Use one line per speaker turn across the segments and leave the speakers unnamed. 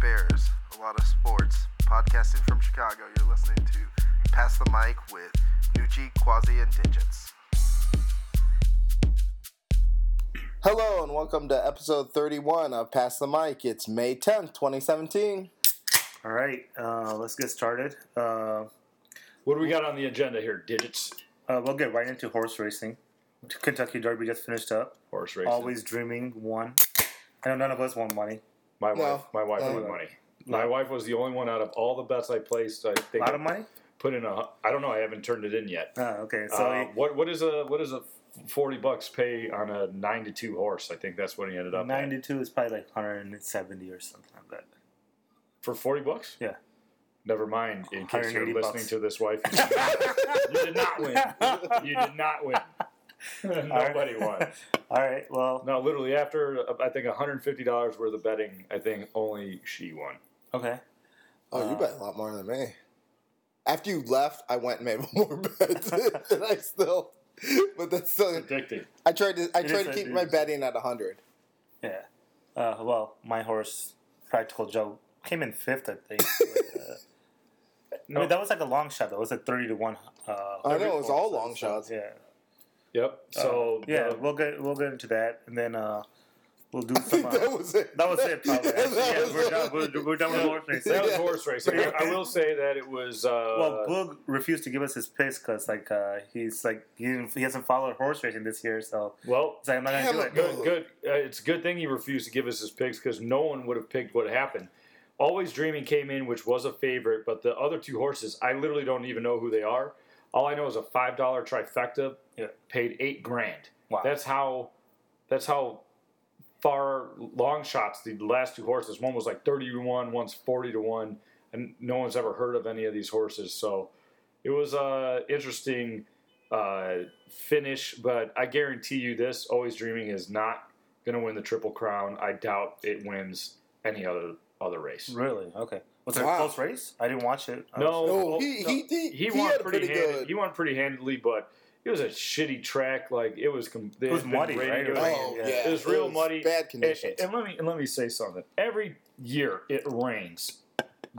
Bears, a lot of sports. Podcasting from Chicago, you're listening to Pass the Mic with Nucci, Quasi, and Digits. Hello, and welcome to episode 31 of Pass the Mic. It's May 10th, 2017.
All right, uh, let's get started. Uh,
What do we got on the agenda here? Digits,
uh, we'll get right into horse racing. Kentucky Derby just finished up.
horse racing.
Always Dreaming won. I know none of us won money.
My
No.
wife. My wife
No.
uh,
won money. My wife was the only one out of all the bets I placed. I
A
think
lot of money?
put in a. I don't know. I haven't turned it in yet.
Oh, okay. So
Uh, what what is a what is a forty bucks pay on a nine to two horse? I think that's what he ended up. at.
92 is probably like 170 or something like that.
for forty bucks.
Yeah.
Never mind. In case you're
180
listening
bucks.
to this, wife, you did not win. You did not win. Nobody won.
All right, well,
No, literally after uh, I think one hundred fifty dollars worth of betting, I think only she won.
okay.
Oh, you
Uh,
bet a lot more than me. After you left, I went and made more bets, and I still. But that's still.
Addicted.
I tried to. I
It
tried
is
to
a
keep
dude.
my betting at hundred.
Yeah. Uh, well, my horse, Practical Joe, came in fifth, I think. Uh, I mean, that was like a long shot, though. It was like 30 to 1. Uh,
I know it was all long
so-
shots.
Yeah.
Yep. So
Uh, Oh. Yeah,
uh,
the-
we'll get we'll get into that, and then uh, we'll do
I
some.
think
Uh,
that was it.
that was it, probably.
That
Actually, yeah,
was
we're
it.
done. We're, we're done with
Yeah.
horse
So
racing.
that was horse racing. I, I will say that it was. Uh,
Well, Boog refused to give us his picks because, like, uh, he's like he, didn't, he hasn't followed horse racing this year, so
well,
he's like, I'm not gonna
Damn
do
it,
it.
Boog.
good. Good. Uh, it's a good thing he refused to give us his picks because no one would have picked what happened. Always Dreaming came in, which was a favorite, but the other two horses, I literally don't even know who they are. All I know is a five dollar trifecta
Yeah.
paid eight grand.
Wow.
That's how. That's how far long shots the last two horses. One was like thirty to one. One's forty to one. And no one's ever heard of any of these horses, so it was uh, interesting uh, finish, but I guarantee you this: Always Dreaming is not going to win the Triple Crown. I doubt it wins any other other race.
Really? Okay. Was it
Wow.
a close race? I didn't watch it. I
No,
was-
No,
Oh,
he
no.
he did,
He,
he,
won
had a
pretty
pretty
hand,
good.
he won pretty handily, but it was a shitty track. Like it was, com-
It was
been
muddy,
raining.
right?
It was-
oh yeah,
Yeah.
It was real muddy.
Bad
and,
conditions.
and let me and let me say something. Every year it rains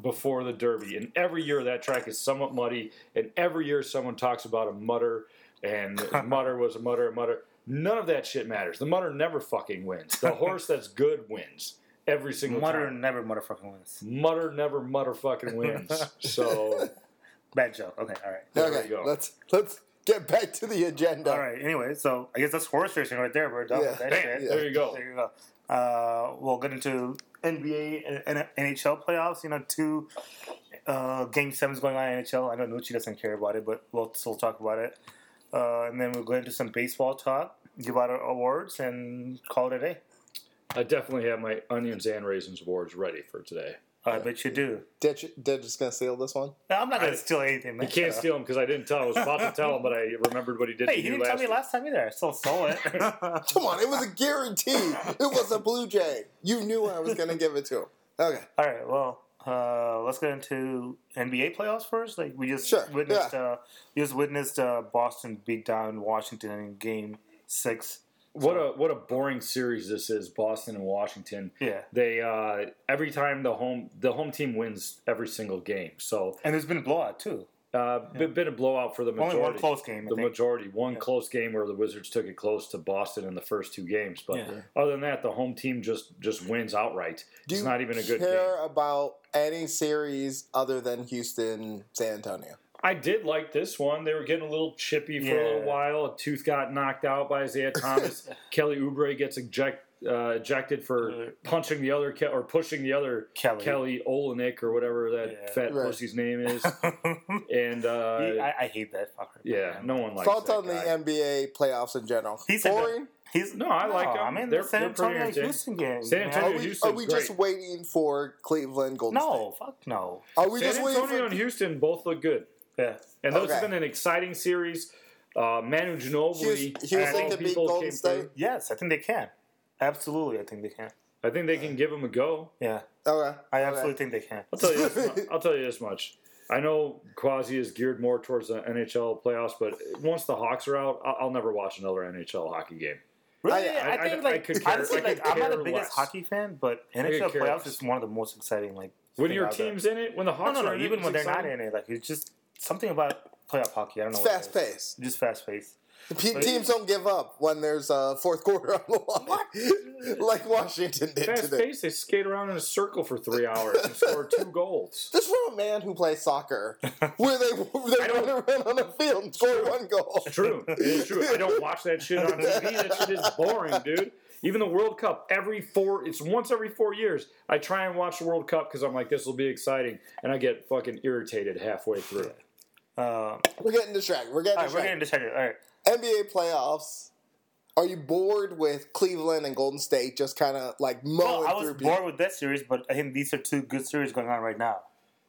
before the Derby, and every year that track is somewhat muddy, and every year someone talks about a mutter, and mutter was a mutter, a mutter. None of that shit matters. The mutter never fucking wins. The horse that's good wins every single
Mutter
time.
never motherfucking wins.
Mutter never mutter fucking wins. So
Bad joke. Okay, all right.
there we
okay,
go.
let's let's get back to the agenda.
All right. Anyway, so I guess that's horse racing right there. We're done
Yeah.
with that
bam,
shit.
there you go.
There you go. Uh, we'll get into NBA and and NHL playoffs. You know, two uh, game sevens going on in NHL. I know Nucci doesn't care about it, but we'll still talk about it. Uh, and then we'll go into some baseball talk, give out our awards, and call it a day.
I definitely have my onions and raisins awards ready for today.
I bet you do.
Did you, did just gonna steal this one?
No, I'm not going
I-
to steal anything, man.
You can't
Shut up.
steal him because I didn't tell. I was about to tell him, but I remembered what he did.
Hey,
to
he
you
didn't
last
tell me
week.
last time either. I still stole it.
Come on, it was a guarantee. it was a Blue Jay. You knew I was gonna give it to him. Okay,
All right, well, uh, let's get into NBA playoffs first. Like we just
Sure,
witnessed, uh, we just witnessed uh, Boston beat down Washington in Game Six.
What a what a boring series this is. Boston and Washington.
Yeah,
They uh, every time the home the home team wins every single game. So
and there's been a blowout too.
uh, been- been a blowout for the majority.
Only one close game. I
the
think.
majority one
Yeah.
close game where the Wizards took it close to Boston in the first two games. But
Yeah.
other than that, the home team just just wins outright.
do
it's
you
not even a good game.
care about any series other than Houston, San Antonio?
I did like this one. They were getting a little chippy for a little
Yeah.
while. A tooth got knocked out by Isaiah Thomas. Kelly Oubre gets eject, uh, ejected for
Uh,
punching the other Ke- or pushing the other
Kelly.
Kelly Olenek or whatever that
Yeah.
fat
Right.
pussy's name is.
He-
And uh,
I, I hate that fucker.
yeah, no one likes
Thoughts
that
on the
guy.
NBA playoffs in general?
He said that-
Boring.
He's
No, I like
no,
them.
I mean,
They're-
the San
they're pretty
Antonio
entertaining.
Houston game.
San
man.
Are
Antonio-
we, are
Houston's
we just
great.
waiting for Cleveland Golden State?
No, fuck no.
Are we just
San
waiting
Antonio
for
and Houston both look good,
Yeah,
and those
Okay.
have been an exciting series. Uh, Manu
Houston,
Ginobili, of all
Houston to beat
people,
Golden
came through.
State?
yes, I think they can. Absolutely, I think they can.
I think they can give him a go.
Yeah,
Okay.
I
okay.
absolutely think they can.
I'll tell you. This much, I'll tell you this much. I know Quasi is geared more towards the NHL playoffs, but once the Hawks are out, I'll, I'll never watch another NHL hockey game.
Really,
I-
I,
I-
think
I- I
like
could care-
honestly,
I could
like I'm not the
care
biggest
less.
hockey fan, but NHL
care
playoffs
less.
is one of the most exciting. Like
When
thing
your
out there. Oh,
team's in it, when the
no,
Hawks
no, no,
are in it,
even
it's
when they're not
exciting.
in it, like it's just something about playoff hockey. I don't know.
It's
what it
fast
is.
paced.
Just fast paced.
The pe-
But-
teams don't give up when there's a fourth quarter on the line, like Washington did
Fast
today.
paced, they skate around in a circle for three hours and score two goals.
Just for a man who plays soccer, where they they run around on the field and score one goal.
True, it's true. I don't watch that shit on TV. That shit is boring, dude. Even the World Cup, every four, it's once every four years. I try and watch the World Cup because I'm like, this will be exciting, and I get fucking irritated halfway through.
Uh, all
We're getting distracted. We're getting
right, we're
distracted.
getting distracted. All right,
NBA playoffs. Are you bored with Cleveland and Golden State just kind of like
well,
mowing
I was
through
bored
people?
with that series, but I think these are two good series going on right now,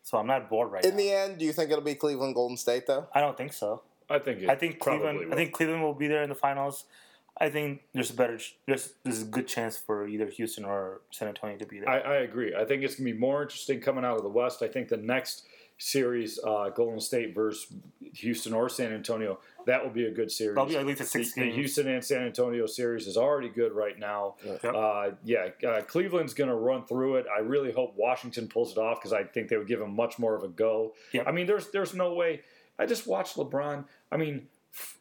so I'm not bored right
In
now.
the end, do you think it'll be Cleveland Golden State though?
I don't think so.
I think. It
I think
probably
Cleveland.
will.
I think Cleveland will be there in the finals. I think there's a better. ch- There's there's a good chance for either Houston or San Antonio to be there.
I, I agree. I think it's gonna be more interesting coming out of the West. I think the next series, uh, Golden State versus Houston or San Antonio, that will be a good series.
That'll be at least a six
the, the
game.
Houston and San Antonio series is already good right now.
Yep.
Uh, yeah, uh, Cleveland's going to run through it. I really hope Washington pulls it off because I think they would give him much more of a go.
Yep.
I mean, there's there's no way. I just watched LeBron. I mean, f-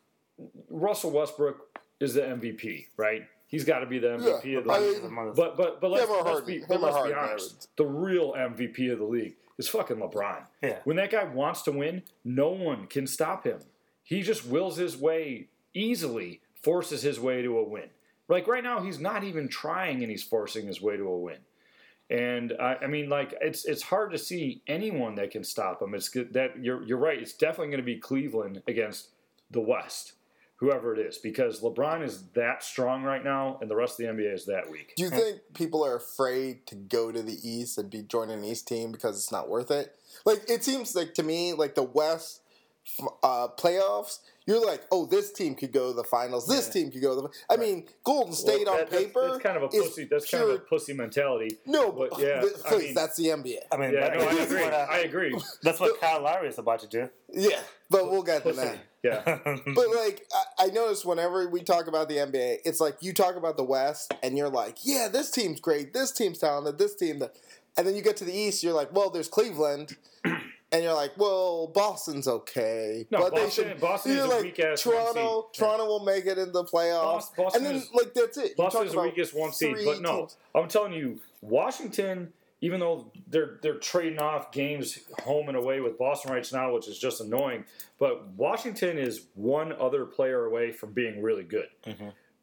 Russell Westbrook is the MVP, right? He's got to be the MVP
Yeah,
of the
I
league.
mean-
But but but let's,
Him or
let's
Harden.
be,
Him
but
or
let's be
Harden, I
honest. The real MVP of the league is fucking LeBron.
yeah.
When that guy wants to win, no one can stop him. He just wills his way easily, forces his way to a win. Like right now, he's not even trying, and he's forcing his way to a win. And I, I mean, like it's it's hard to see anyone that can stop him. It's good that you're you're right. It's definitely going to be Cleveland against the West, whoever it is, because LeBron is that strong right now, and the rest of the NBA is that weak.
Do you think people are afraid to go to the East and be joining an East team because it's not worth it? Like it seems like to me, like the West f- uh, playoffs, you're like, oh, this team could go to the finals. This team could go to the. I mean, Golden State
Well,
on
that- that's-
paper.
that's kind of a
is
pussy. That's kind of a
pure-
pussy mentality.
no,
but
but
yeah,
th-
I
please,
mean-
that's the NBA.
I mean,
Yeah,
that-
no, I
that's,
agree.
what, uh,
I agree.
that's what Kyle Lowry is about to do.
Yeah, but we'll get to that.
Yeah.
But like, I, I notice whenever we talk about the NBA, it's like you talk about the West, and you're like, yeah, this team's great, this team's talented, this team. That, and then you get to the East, you're like, well, there's Cleveland, and you're like, well, Boston's okay,
No,
but
Boston-
they should.
Boston is
you're
a
like,
weak-ass one
Toronto,
seed.
Toronto will make it in the playoffs,
Bos- Boston
and then
is-
like that's it. You talk
Boston's the
about
weakest one seed,
three
but no,
teams.
I'm telling you, Washington. Even though they're they're trading off games home and away with Boston right now, which is just annoying, but Washington is one other player away from being really good.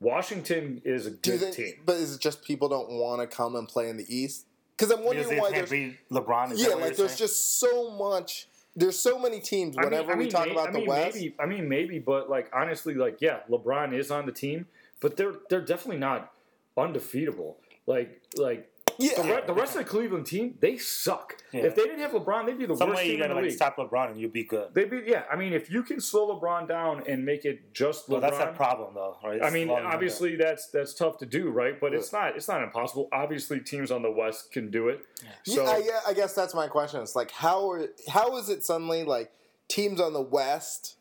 Washington is a
Do you
good
think?
team.
But is it just people don't want to come and play in the East? Because I'm
Because
wondering
they
why
can't
there's
beat LeBron. Is
yeah,
that what
like
you're
there's
saying?
just so much. There's so many teams.
I mean-
Whenever
I
we
mean,
talk
may-
about
I
the
mean,
West,
maybe, I mean maybe, but like honestly, like yeah, LeBron is on the team, but they're they're definitely not undefeatable. Like like the,
yeah,
re- the rest of the Cleveland team, they suck.
Yeah.
If they didn't have LeBron, they'd be the
some
worst
way you
team in
gotta
the
like
league.
stop LeBron and you'll be good.
They be yeah. I mean, if you can slow LeBron down and make it just
Well,
LeBron,
that's that problem though, right?
I
It's
mean,
long enough.
obviously that's that's tough to do, right? But it's not it's not impossible. Obviously, teams on the West can do it. So
yeah, I, gue- I guess that's my question. It's like how are how is it suddenly like teams on the West,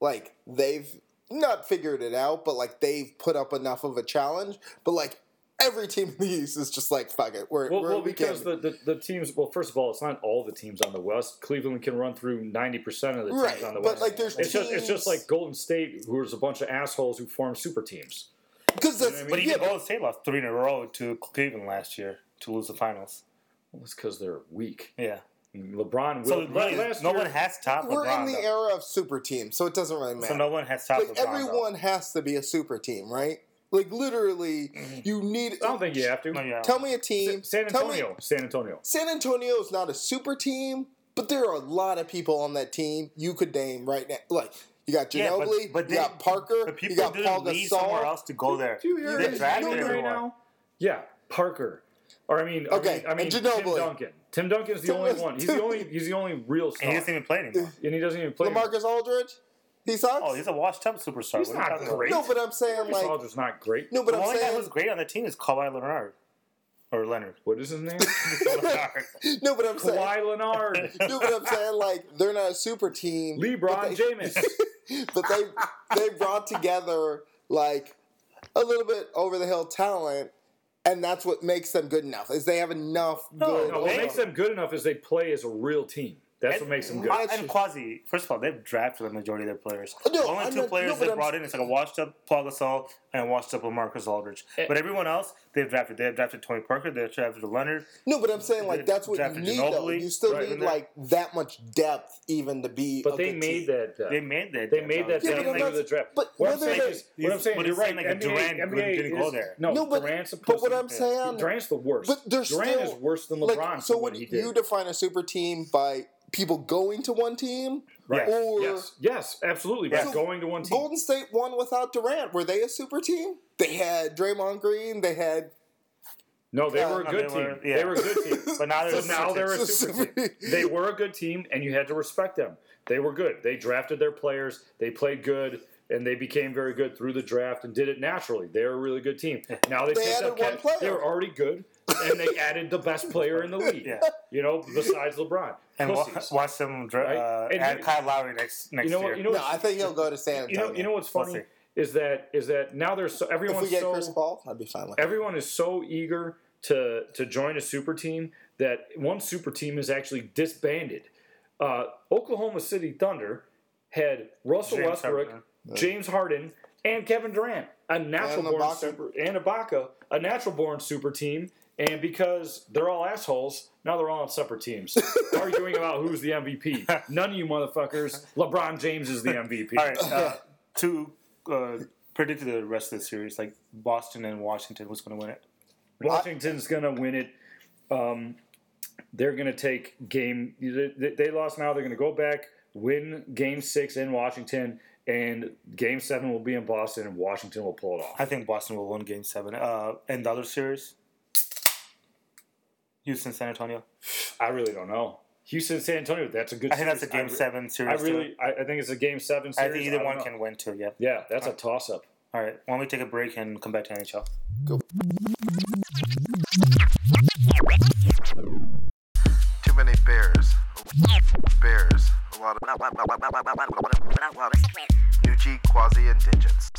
like they've not figured it out, but like they've put up enough of a challenge, but like every team in the East is just like fuck it, we're,
well,
we're
well,
we
because
can.
the, the, the teams. Well, first of all, it's not all the teams on the West. Cleveland can run through ninety percent of the teams
Right,
on the
but
West.
like there's
it's just it's just
teams-
like Golden State, who is a bunch of assholes who form super teams.
because that's
I mean?
but even
yeah,
Golden State lost three in a row to Cleveland last year to lose the finals.
Well, it's because they're weak.
Yeah,
LeBron will.
so really,
last
no
year-
one has top
but we're in
LeBron.
the
though.
era of super teams, so it doesn't really matter.
so no one has top
like
LeBron. though.
everyone has to be a super team, right? Like literally, you need.
Mm-hmm. I don't think you have to.
No, Oh, yeah.
Tell me a team.
San
Tell me-
Antonio. San Antonio.
San Antonio is not a super team, but there are a lot of people on that team you could name right now. Like you got Ginobili,
Yeah, but- but
you got
they-
Parker,
But
you
people
got
didn't
Paul
leave somewhere
Gasol.
else to go there.
Do you hear
They're
his
drafting
name
everyone.
Yeah, Parker. Or I mean,
Okay,
okay, I mean,
and
Tim
Ginobili.
Duncan. Tim Duncan's the
Tim-
only one. He's the only. He's the only real
And
star,
he
and,
doesn't even play anymore.
he doesn't even play. anymore.
Lamarcus Aldridge, he sucks.
Oh, he's a washed up superstar. What
He's
are you
not
talking about?
great.
no, but I'm saying
Marcus
like
Aldridge's not great.
no, but
the
I'm
only guy who's
saying
great on the team is Kawhi Leonard. Or Leonard.
What is his name?
Leonard.
no, but I'm saying
Kawhi Leonard,
no, but I'm saying like they're not a super team,
LeBron James.
but they they brought together like a little bit over the hill talent, and that's what makes them good enough. Is they have enough good.
No, what makes them good enough is they play as a real team. That's what makes them good.
And- And Quasi, first of all, they've drafted the majority of their players.
No,
the only
I'm
two
not- no,
players
but
they
I'm-
brought in is like a washed up Paul Gasol and a washed up Lamarcus Aldridge.
Eh.
but everyone else, they've drafted. They've drafted Tony Parker. They've drafted Leonard.
No, but I'm saying like that's what you
Drafted
need though.
Ginobili,
You still
right,
need
and that-
like that much depth even to be.
But
a
they
good
made
team.
that. uh,
They made that.
They
damn
made that
Yeah,
job.
down
but
into
that's-
the draft.
but
what I'm
whether
saying
they-
is, what I'm saying,
But it's
you're right.
like a
NBA,
Durant
NBA
didn't go there.
No,
No, but
Durant's
but
supposed
what
to-
I'm saying,
Durant's the worst.
but there's
Durant
still
is worse than LeBron
like,
like,
So
for what
would
he did.
you define a super team by people going to one team,
Right.
or
yes, yes, absolutely. By
So,
going to one team,
Golden State won without Durant? Were they a super team? They had Draymond Green. They had
no, they were a
No,
good
they
team.
were- yeah.
They were a good team.
But now
So
there's
now they're a
Celtics.
super team. They were a good team, and you had to respect them. They were good. They drafted their players. They played good, and they became very good through the draft and did it naturally. They're a really good team. Now they,
They
picked up
added one
Kat-
player.
They were already good, and they added the best player in the league.
Yeah.
You know, besides LeBron.
and wa-
Pussies.
watch them dra-
Right?
uh,
And
add
you-
Kyle Lowry next next
you know what?
year.
You know,
no,
what's-
I think he'll go to San
you
Antonio.
know, you know what's
We'll
funny
see.
is that is that now there's so,
if
everyone's
we get
so
Chris Paul, I'd be fine with it.
everyone is so eager to to join a super team that one super team is actually disbanded. Uh, Oklahoma City Thunder had Russell
James
Westbrook,
Harden.
James Harden, and Kevin Durant, a natural
And
born
Ibaka.
super and Ibaka, a natural born super team. And because they're all assholes, now they're all on separate teams, arguing about who's the MVP. None of you motherfuckers. LeBron James is the MVP.
All right, uh, to uh, predict the rest of the series, like Boston and Washington, who's going to win it?
Washington's going to win it. Um, they're going to take game. They, they lost now. They're going to go back, win game six in Washington, and game seven will be in Boston, and Washington will pull it off.
I think Boston will win Game Seven. Uh, and the other series, Houston, San Antonio.
I really don't know. Houston, San Antonio. That's a good.
I think that's a
series.
Game
re-
Seven
I
series. too.
really. I, I think it's a game seven.
I
Series.
think either
don't
one
know.
can win too. Yeah.
Yeah, that's a toss up.
All right. Why don't we take a break and come back to NHL?
Too many bears. Bears. A lot of Nucci, Quasi, and Digits.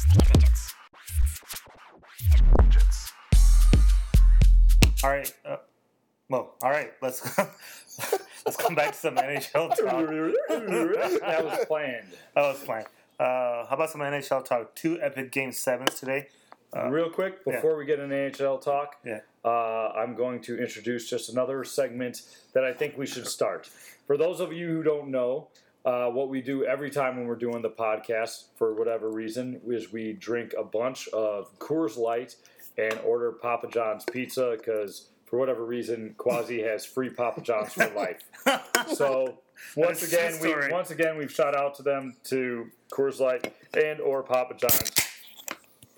Digits.
All right. Uh, well, all right. Let's let's come back to some NHL talk.
that was planned.
That was fine. Uh, how about some NHL talk? Two epic Game Sevens today. Uh,
Real quick before we get into NHL talk.
Yeah.
uh, I'm going to introduce just another segment that I think we should start. For those of you who don't know, uh, what we do every time when we're doing the podcast, for whatever reason, is we drink a bunch of Coors Light and order Papa John's pizza because, for whatever reason, Quasi has free Papa John's for life. So once
That's a true
again, we
story.
once again we've shout out to them to Coors Light and or Papa John's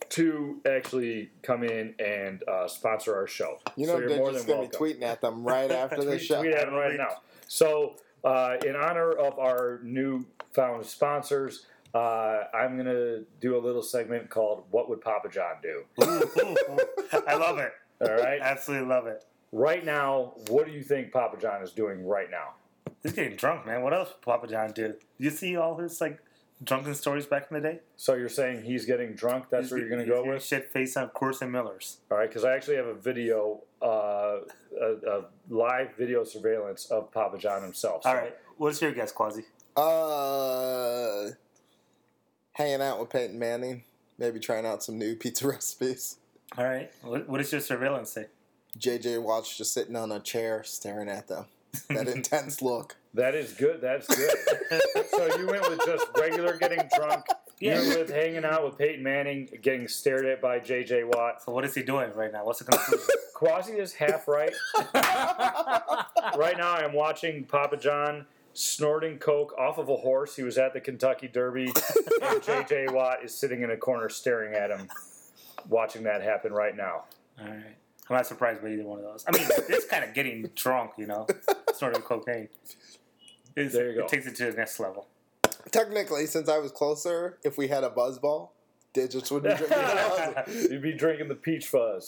to actually come in and uh, sponsor our show.
You know,
so you're
they're
more
just
than
going to
welcome.
be tweeting at them right after the show.
Tweet at them right now. So, uh, in honor of our newfound sponsors, uh, I'm going to do a little segment called "What Would Papa John Do."
I love it.
All right,
Absolutely love it.
right now, what do you think Papa John is doing right now?
He's getting drunk, man. What else would Papa John do? You see all his like drunken stories back in the day.
So you're saying he's getting drunk? That's what you're going to go with?
Shit face on Course and Miller's.
All right, because I actually have a video, uh, a, a live video surveillance of Papa John himself.
All
So
right, what's your guess, Quasi?
Uh, hanging out with Peyton Manning, maybe trying out some new pizza recipes.
All right, what, what does your surveillance say?
JJ Watch just sitting on a chair staring at them. That intense look.
That is good. That's good. so you went with just regular getting drunk.
Yeah.
You went with hanging out with Peyton Manning, getting stared at by J.J. Watt.
So what is he doing right now? What's the conclusion?
Quasi is half right. right now, I am watching Papa John snorting coke off of a horse. He was at the Kentucky Derby, and J.J. Watt is sitting in a corner staring at him, watching that happen right now.
all right, I'm not surprised by either one of those. I mean, it's kind of getting drunk, you know, snorting cocaine. It's-
There you go.
It takes it to the next level.
Technically, since I was closer, if we had a buzz ball, digits would be drinking the buzz.
You'd be drinking the peach fuzz.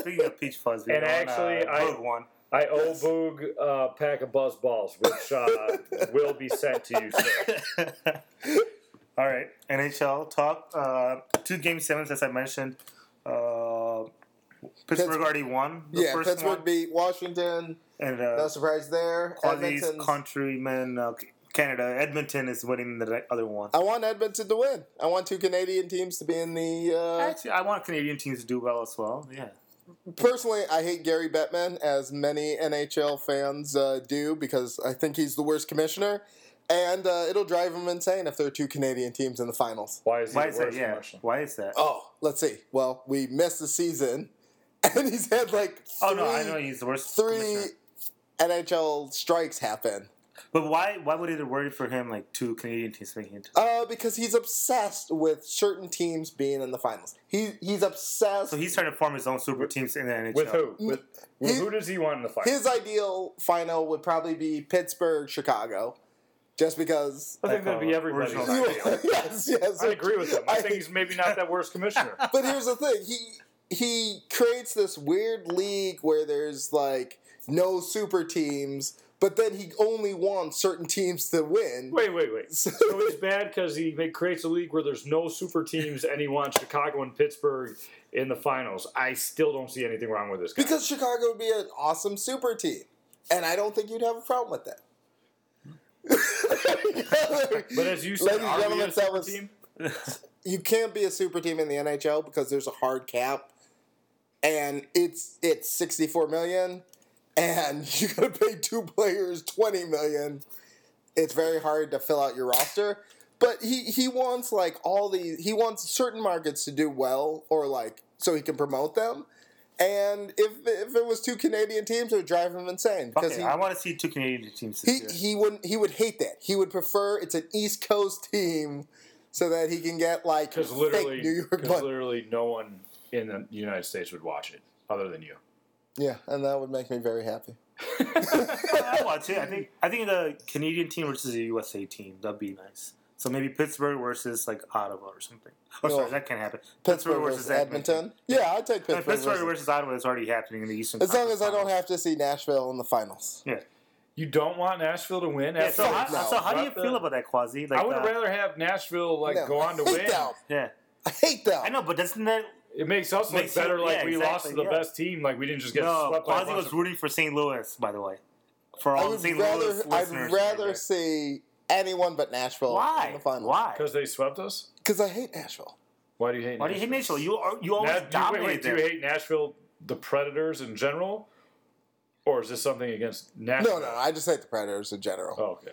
Speaking of peach fuzz, we
And
won,
actually,
uh,
I-
Rogue one.
I owe Boog a pack of buzz balls, which uh, will be sent to you soon.
All right, NHL talk. Uh, two game sevens, as I mentioned. Uh, Pittsburgh already won the
yeah,
first
Pittsburgh
one,
beat Washington.
and uh,
No surprise there.
Quasi's
Edmonton's-
countrymen, uh, Canada, Edmonton is winning the other one.
I want Edmonton to win. I want two Canadian teams to be in the. Uh,
Actually, I want Canadian teams to do well as well. Yeah,
personally, I hate Gary Bettman, as many NHL fans uh, do, because I think he's the worst commissioner, and uh, it'll drive them insane if there are two Canadian teams in the finals.
Why is he
why
the
is that?
worst
Yeah,
commercial?
why is that?
Oh, let's see. Well, we missed the season, and he's had like three,
Oh no, I know he's the worst.
three
commissioner.
NHL strikes happen.
But why? Why would it worry for him like two Canadian teams making it?
Uh, because he's obsessed with certain teams being in the finals. He he's obsessed.
so he's trying to form his own super teams in the NHL.
With who? With, with
He-
who does he want in the fight?
his ideal final would probably be Pittsburgh, Chicago, just because.
I think that'd be
Uh,
everybody's
original
ideal.
yes, yes.
I agree with him. I
I-
think he's maybe not that worst commissioner.
But here's the thing: he he creates this weird league where there's like no super teams, but then he only wants certain teams to win.
Wait, wait, wait.
So-
So he's bad because he ma- creates a league where there's no super teams, and he wants Chicago and Pittsburgh in the finals. I still don't see anything wrong with this guy.
Because Chicago would be an awesome super team, and I don't think you'd have a problem with that.
but as you said,
Ladies and
are we
gentlemen,
a super
that was-
team?
you can't be a super team in the NHL because there's a hard cap, and it's it's 64 million, and you got to pay two players 20 million. It's very hard to fill out your roster. But he he wants like all the he wants certain markets to do well or like so he can promote them. And if if it was two Canadian teams, it would drive him insane
Fuck
because
it,
he
I want to see two Canadian teams this
he,
year.
he wouldn't he would hate that. He would prefer it's an East Coast team so that he can get like
Because
fake
literally,
New York
'cause
money.
literally, no one in the United States would watch it other than you.
Yeah, and that would make me very happy.
I watch it. I think I think the Canadian team versus the USA team that'd be nice. So maybe Pittsburgh versus like Ottawa or something. Oh,
No.
sorry, that can't happen.
Pittsburgh, versus Edmonton. Yeah, I'd take
And
Pittsburgh.
Pittsburgh
versus-
versus Ottawa is already happening in the Eastern.
as long
Conference
as I don't
Finals.
have to see Nashville in the finals.
You don't want Nashville to win.
Yeah, so,
after-
how,
No.
so how do you
What the-
feel about that, Quasi? Like,
I would
uh,
rather have Nashville like
No,
go on to
I hate
win.
them.
yeah,
I hate them.
I know, but doesn't that
It makes us
Makes
look
you-
better, like
yeah,
we lost to
exactly,
the
yeah.
best team, like we didn't just get
no?
swept by a
Quasi
bunch
was
of-
rooting for St. Louis, by the way. For
I
all
would
St.
rather
Louis
I'd
listeners,
rather see anyone but Nashville in
why?
the finals.
Why?
because they swept us.
Because I hate Nashville.
Why do you hate?
Why do you hate Nashville? You are, you always
Na- do you- wait,
dominated
wait, do
them.
you hate Nashville, the Predators in general, or is this something against Nashville?
No, no, no, I just hate the Predators in general.
Oh, okay.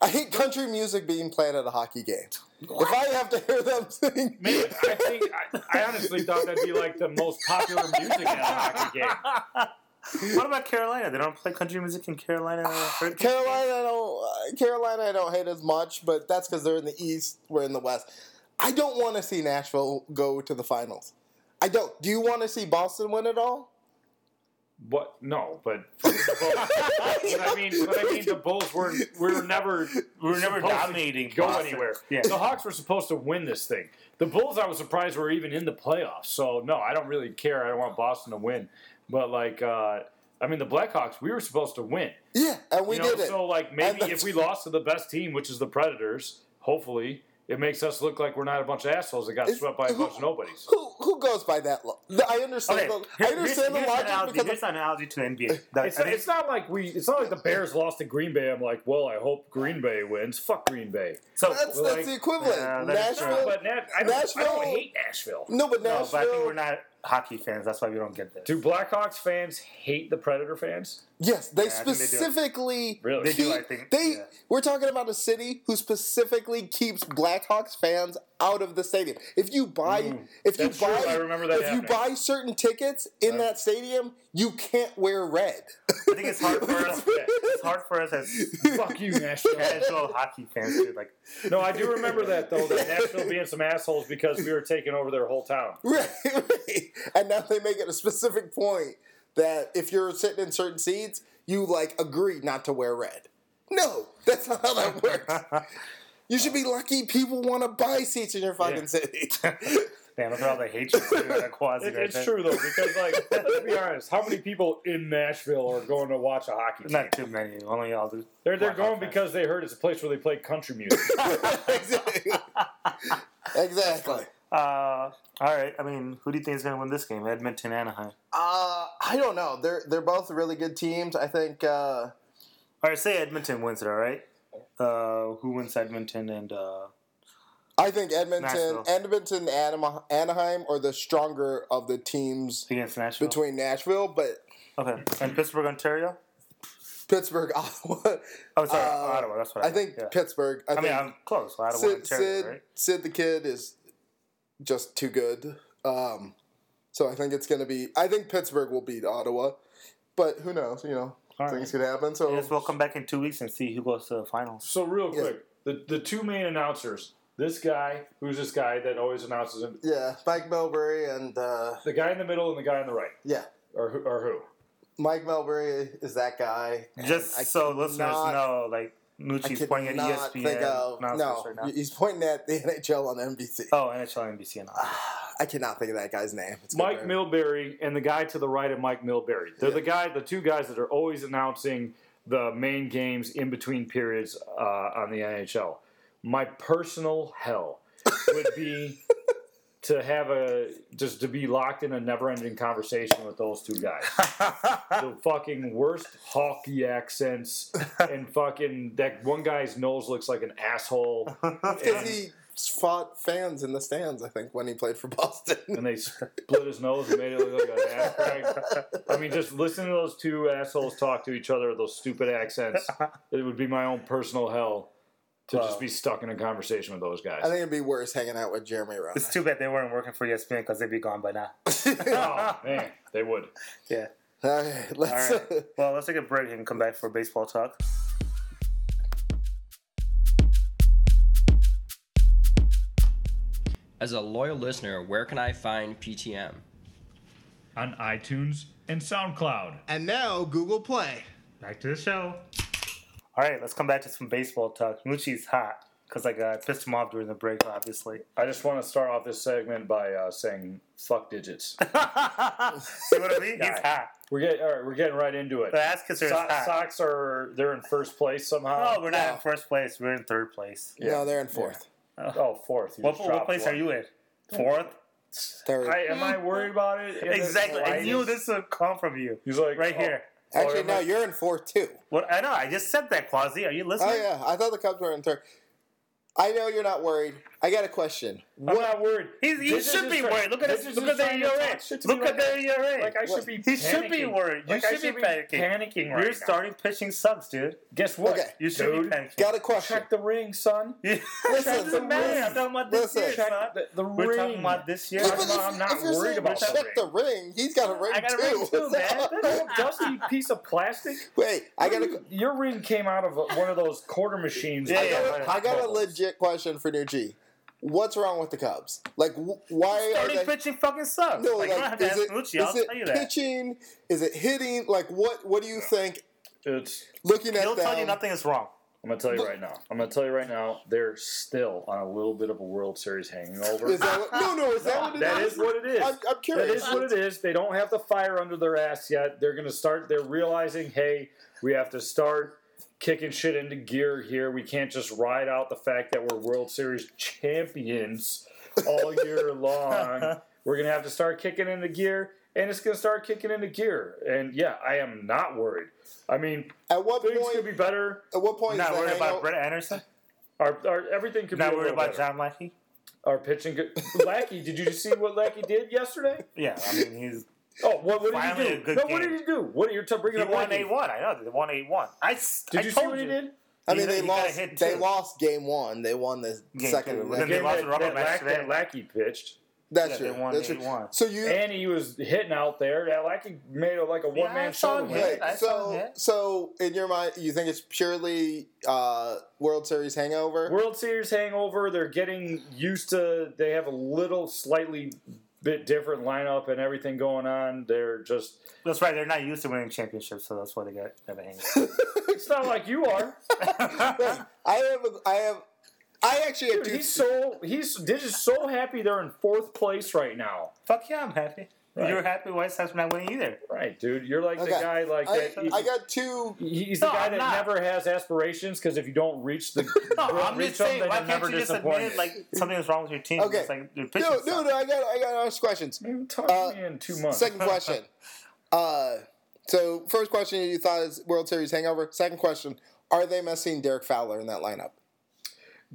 I hate country music being played at a hockey game. If I have to hear them sing,
Maybe, I think I, I honestly thought that'd be like the most popular music at a hockey game.
what about Carolina? They don't play country music in Carolina.
Carolina, I don't. uh, Carolina, I don't hate as much, but that's because they're in the East. We're in the West. I don't want to see Nashville go to the finals. I don't. Do you want to see Boston win it all?
What? No, but fucking the Bulls. but I mean, but I mean, the Bulls were we were never
We were never
supposed to
dominating
go
Boston.
anywhere.
Yeah.
The Hawks were supposed to win this thing. The Bulls, I was surprised were even in the playoffs. So no, I don't really care. I don't want Boston to win. But like, uh, I mean, the Blackhawks, we were supposed to win.
Yeah, and we
You know,
did it.
So like,
And
maybe
that's-
if we lost to the best team, which is the Predators, hopefully. It makes us look like we're not a bunch of assholes that got
It's-
swept by a
who-
bunch of nobodies.
who who goes by that? Lo- I understand.
Okay,
the, I
here- here's,
understand the
here's
logic
an analogy.
because
Here's an analogy to the NBA. That-
It's
I
not,
think-
it's not like we. It's not like the Bears lost to Green Bay. I'm like, well, I hope Green Bay wins. Fuck Green Bay.
so, uh,
that's
like-
that's the equivalent.
Yeah, that is true.
Nashville.
But Na- I, don't, I
Nashville-
don't hate Nashville.
no, but
no,
Nashville.
but I think we're not hockey fans. That's why we don't get this.
Do Blackhawks fans hate the Predator fans?
Yes, they
Yeah, I think they do.
specifically
Really? They
do,
keep-
I think,
They
yeah.
we're talking about a city who specifically keeps Blackhawks fans out of the stadium. If you buy
Mm,
if you
that's true.
buy
I remember that
if you
happening.
buy certain tickets in that stadium, you can't wear red.
I think it's hard for us. It's hard for us as
Fuck you, Nashville.
casual hockey fans to like.
no, I do remember that though. That Nashville being some assholes because we were taking over their whole town.
right, right. And now they make it a specific point that if you're sitting in certain seats, you like agree not to wear red. No, that's not how that works. You should be lucky people want to buy seats in your fucking
Yeah.
city.
Damn, look at all the hatred to that quasi.
It,
right
it's
there.
true though, because like let's be honest, how many people in Nashville are going to watch a hockey game?
Not too many. Only all the
They're they're
Black
going
Hawk
because they heard it's a place where they play country music.
exactly. exactly.
Uh, all right. I mean, who do you think is going to win this game? Edmonton, Anaheim.
Uh, I don't know. They're they're both really good teams. I think. Uh,
All right, say Edmonton wins it. All right. Uh, who wins Edmonton and uh,
I think Edmonton,
Nashville.
Edmonton, Anima- Anaheim are the stronger of the teams
against Nashville?
between Nashville, but
okay, and Pittsburgh, Ontario.
Pittsburgh, Ottawa.
Oh, sorry,
Uh,
Ottawa. That's what I,
I think
meant, yeah.
Pittsburgh. I,
I mean,
think
I'm close. Ottawa,
Sid,
Ontario,
Sid,
right?
Sid the kid is just too good. Um, so I think it's going to be. I think Pittsburgh will beat Ottawa, but who knows? You know,
All right.
things could happen. So
Yes, we'll come back in two weeks and see who goes to the finals.
So real
Yes.
quick, the the two main announcers, this guy, who's this guy that always announces him,
yeah, Mike Melbury and uh,
the guy in the middle and the guy on the right,
yeah,
or who, or who?
Mike Melbury is that guy. and
Just
I
so listeners
cannot-
know, like Nucci's
could
pointing at E
not
ESPN.
think of-
announcers
no,
right now.
he's pointing at the NHL on NBC.
Oh, NHL, NBC, and all.
I cannot think of that guy's name. It's
Mike
gonna-
Milbury and the guy to the right of Mike Milbury. They're the guy, the two guys that are always announcing the main games in between periods uh, on the NHL. My personal hell would be to have a just to be locked in a never-ending conversation with those two guys. the fucking worst hockey accents and fucking that one guy's nose looks like an asshole.
because he fought fans in the stands. I think when he played for Boston.
and they split his nose and made it look like an ass crack. I mean, just listen to those two assholes talk to each other with those stupid accents. It would be my own personal hell to
Wow.
just be stuck in a conversation with those guys.
I think it'd be worse hanging out with Jeremy Roenick.
It's too bad they weren't working for E ESPN because they'd be gone by now.
oh man, they would.
Yeah.
All right, let's.
All right. Well, let's take a break and come back for baseball talk.
As a loyal listener, where can I find PTM?
On iTunes and SoundCloud.
And now Google Play.
Back to the show.
All right, let's come back to some baseball talk. Nucci's hot because like, I pissed him off during the break, obviously.
I just want to start off this segment by uh, saying "fuck digits."
See what I mean? He's hot.
We're getting all right. We're getting right into it.
The ass kisser is
So-
hot.
Sox are they're in first place somehow.
Oh, we're not
No.
in first place. We're in third place.
No, they're in fourth.
Oh, fourth. You
What,
just
what
dropped
place
one.
are you in? Fourth?
Third.
I, am I worried about it? in the
Exactly. I knew
slightest?
this would come from you.
He's like
Right
oh,
here.
oh,
Actually,
am
no,
I-
you're in fourth too.
What I know, I just said that, Quasi. Are you listening?
Oh yeah, I thought the Cubs were in third. I know you're not worried. I got a question.
I'm not worried.
He's, he
This is
should
just
be
try-
worried. Look at
this
his
is
Look
just
at their
trying to
ERA.
talk shit to me
Look at
right
their
now.
ERA.
Like I should be.
He should be
panicking.
worried. You
Like, I
should, be panicking.
panicking right
You're
now.
starting pitching sucks, dude.
Guess what?
Okay.
You should
Dude,
be panicking.
Got a question.
check the ring, son.
Yeah.
Listen,
It doesn't matter. I'm talking about this
listen.
year,
Check
son.
The, the
We're
ring.
talking about this year.
Yeah,
I'm
but
not-
if-
I'm not
if you're
worried
saying
about
check
that
the ring. He's got a ring
I got a
too.
ring too, man.
That old dusty piece of plastic.
Wait, I got a.
Your ring came out of one of those quarter machines.
Yeah,
that
I got
had
a, I got a
bubbles.
legit question for New G. What's wrong with the Cubs? Like, wh- why are
Starting
they?
pitching fucking sucks.
No,
like, you don't
like,
have to
is it,
ask Lucci. I'll
is
tell you
it
that.
pitching? Is it hitting? Like, what? What do you think?
It's
Looking at
He'll
them,
tell you nothing is wrong.
I'm gonna tell you right now. I'm gonna tell you right now. They're still on a little bit of a World Series hangover.
Is that what, no, no, is that what it is?
That is what it is.
I'm, I'm
That
curious.
is what it is. They don't have the fire under their ass yet. They're going to start. They're realizing, hey, we have to start kicking shit into gear here. We can't just ride out the fact that we're World Series champions all year long. We're going to have to start kicking into gear, and it's going to start kicking into gear. And yeah, I am not worried. I mean,
At what
things could
point?
be better.
At what point? is
Not
the
worried
hangover-
about Brett Anderson.
Our, our everything could
Not
be a
worried
little
about
better.
John Lackey.
Our pitching could. Lackey, did you see what Lackey did yesterday?
Yeah, I mean he's
Oh, what, what did
Finally
he
a
do?
good
No, what
game.
did he do? What you're t- bringing
he
up?
won
Lackey.
eight one. I know they won eight one. I s-
Did
I
you see
told
what he
you.
did?
I mean,
He-
they
he got
lost.
a hit,
They
too.
lost game one. They won the
Game
second.
two. Then they
Game
lost
that,
the rubber
that,
match
Lack-
today.
that Lackey pitched,
that's
Yeah, they
true.
won
that's true.
8-1.
So you.
and he was hitting out there. That Lackey made a, like a one
Yeah, I
man
saw
show.
him
wait,
hit. I saw
so
that.
so in your mind, you think it's purely uh, World Series hangover?
World Series hangover. They're getting used to. They have a little, slightly bit different lineup and everything going on. They're just.
That's right. They're not used to winning championships, so that's why they got that hangover.
It's not like you are.
Wait, I have. A, I have. I actually have
Dude,
two.
he's so he's they're just so happy they're in fourth place right now.
Fuck yeah, I'm happy.
Right.
You're happy White Sox for not winning either.
Right, dude. You're like
Okay.
the guy like
I,
that.
I got two.
He's the
No,
guy
I'm
that
not.
never has aspirations because if you don't reach the
No,
don't
I'm
reach
just
them,
saying,
then
why
you're
can't
never
you just admit
disappointed.
like something's wrong with your team?
Okay.
It's like your pitching
No, no,
sucks.
no. I got. I got honest questions.
Maybe talk
Uh,
to me in two months.
Second question. uh, so first question you thought is World Series hangover. Second question: Are they missing Derek Fowler in that lineup?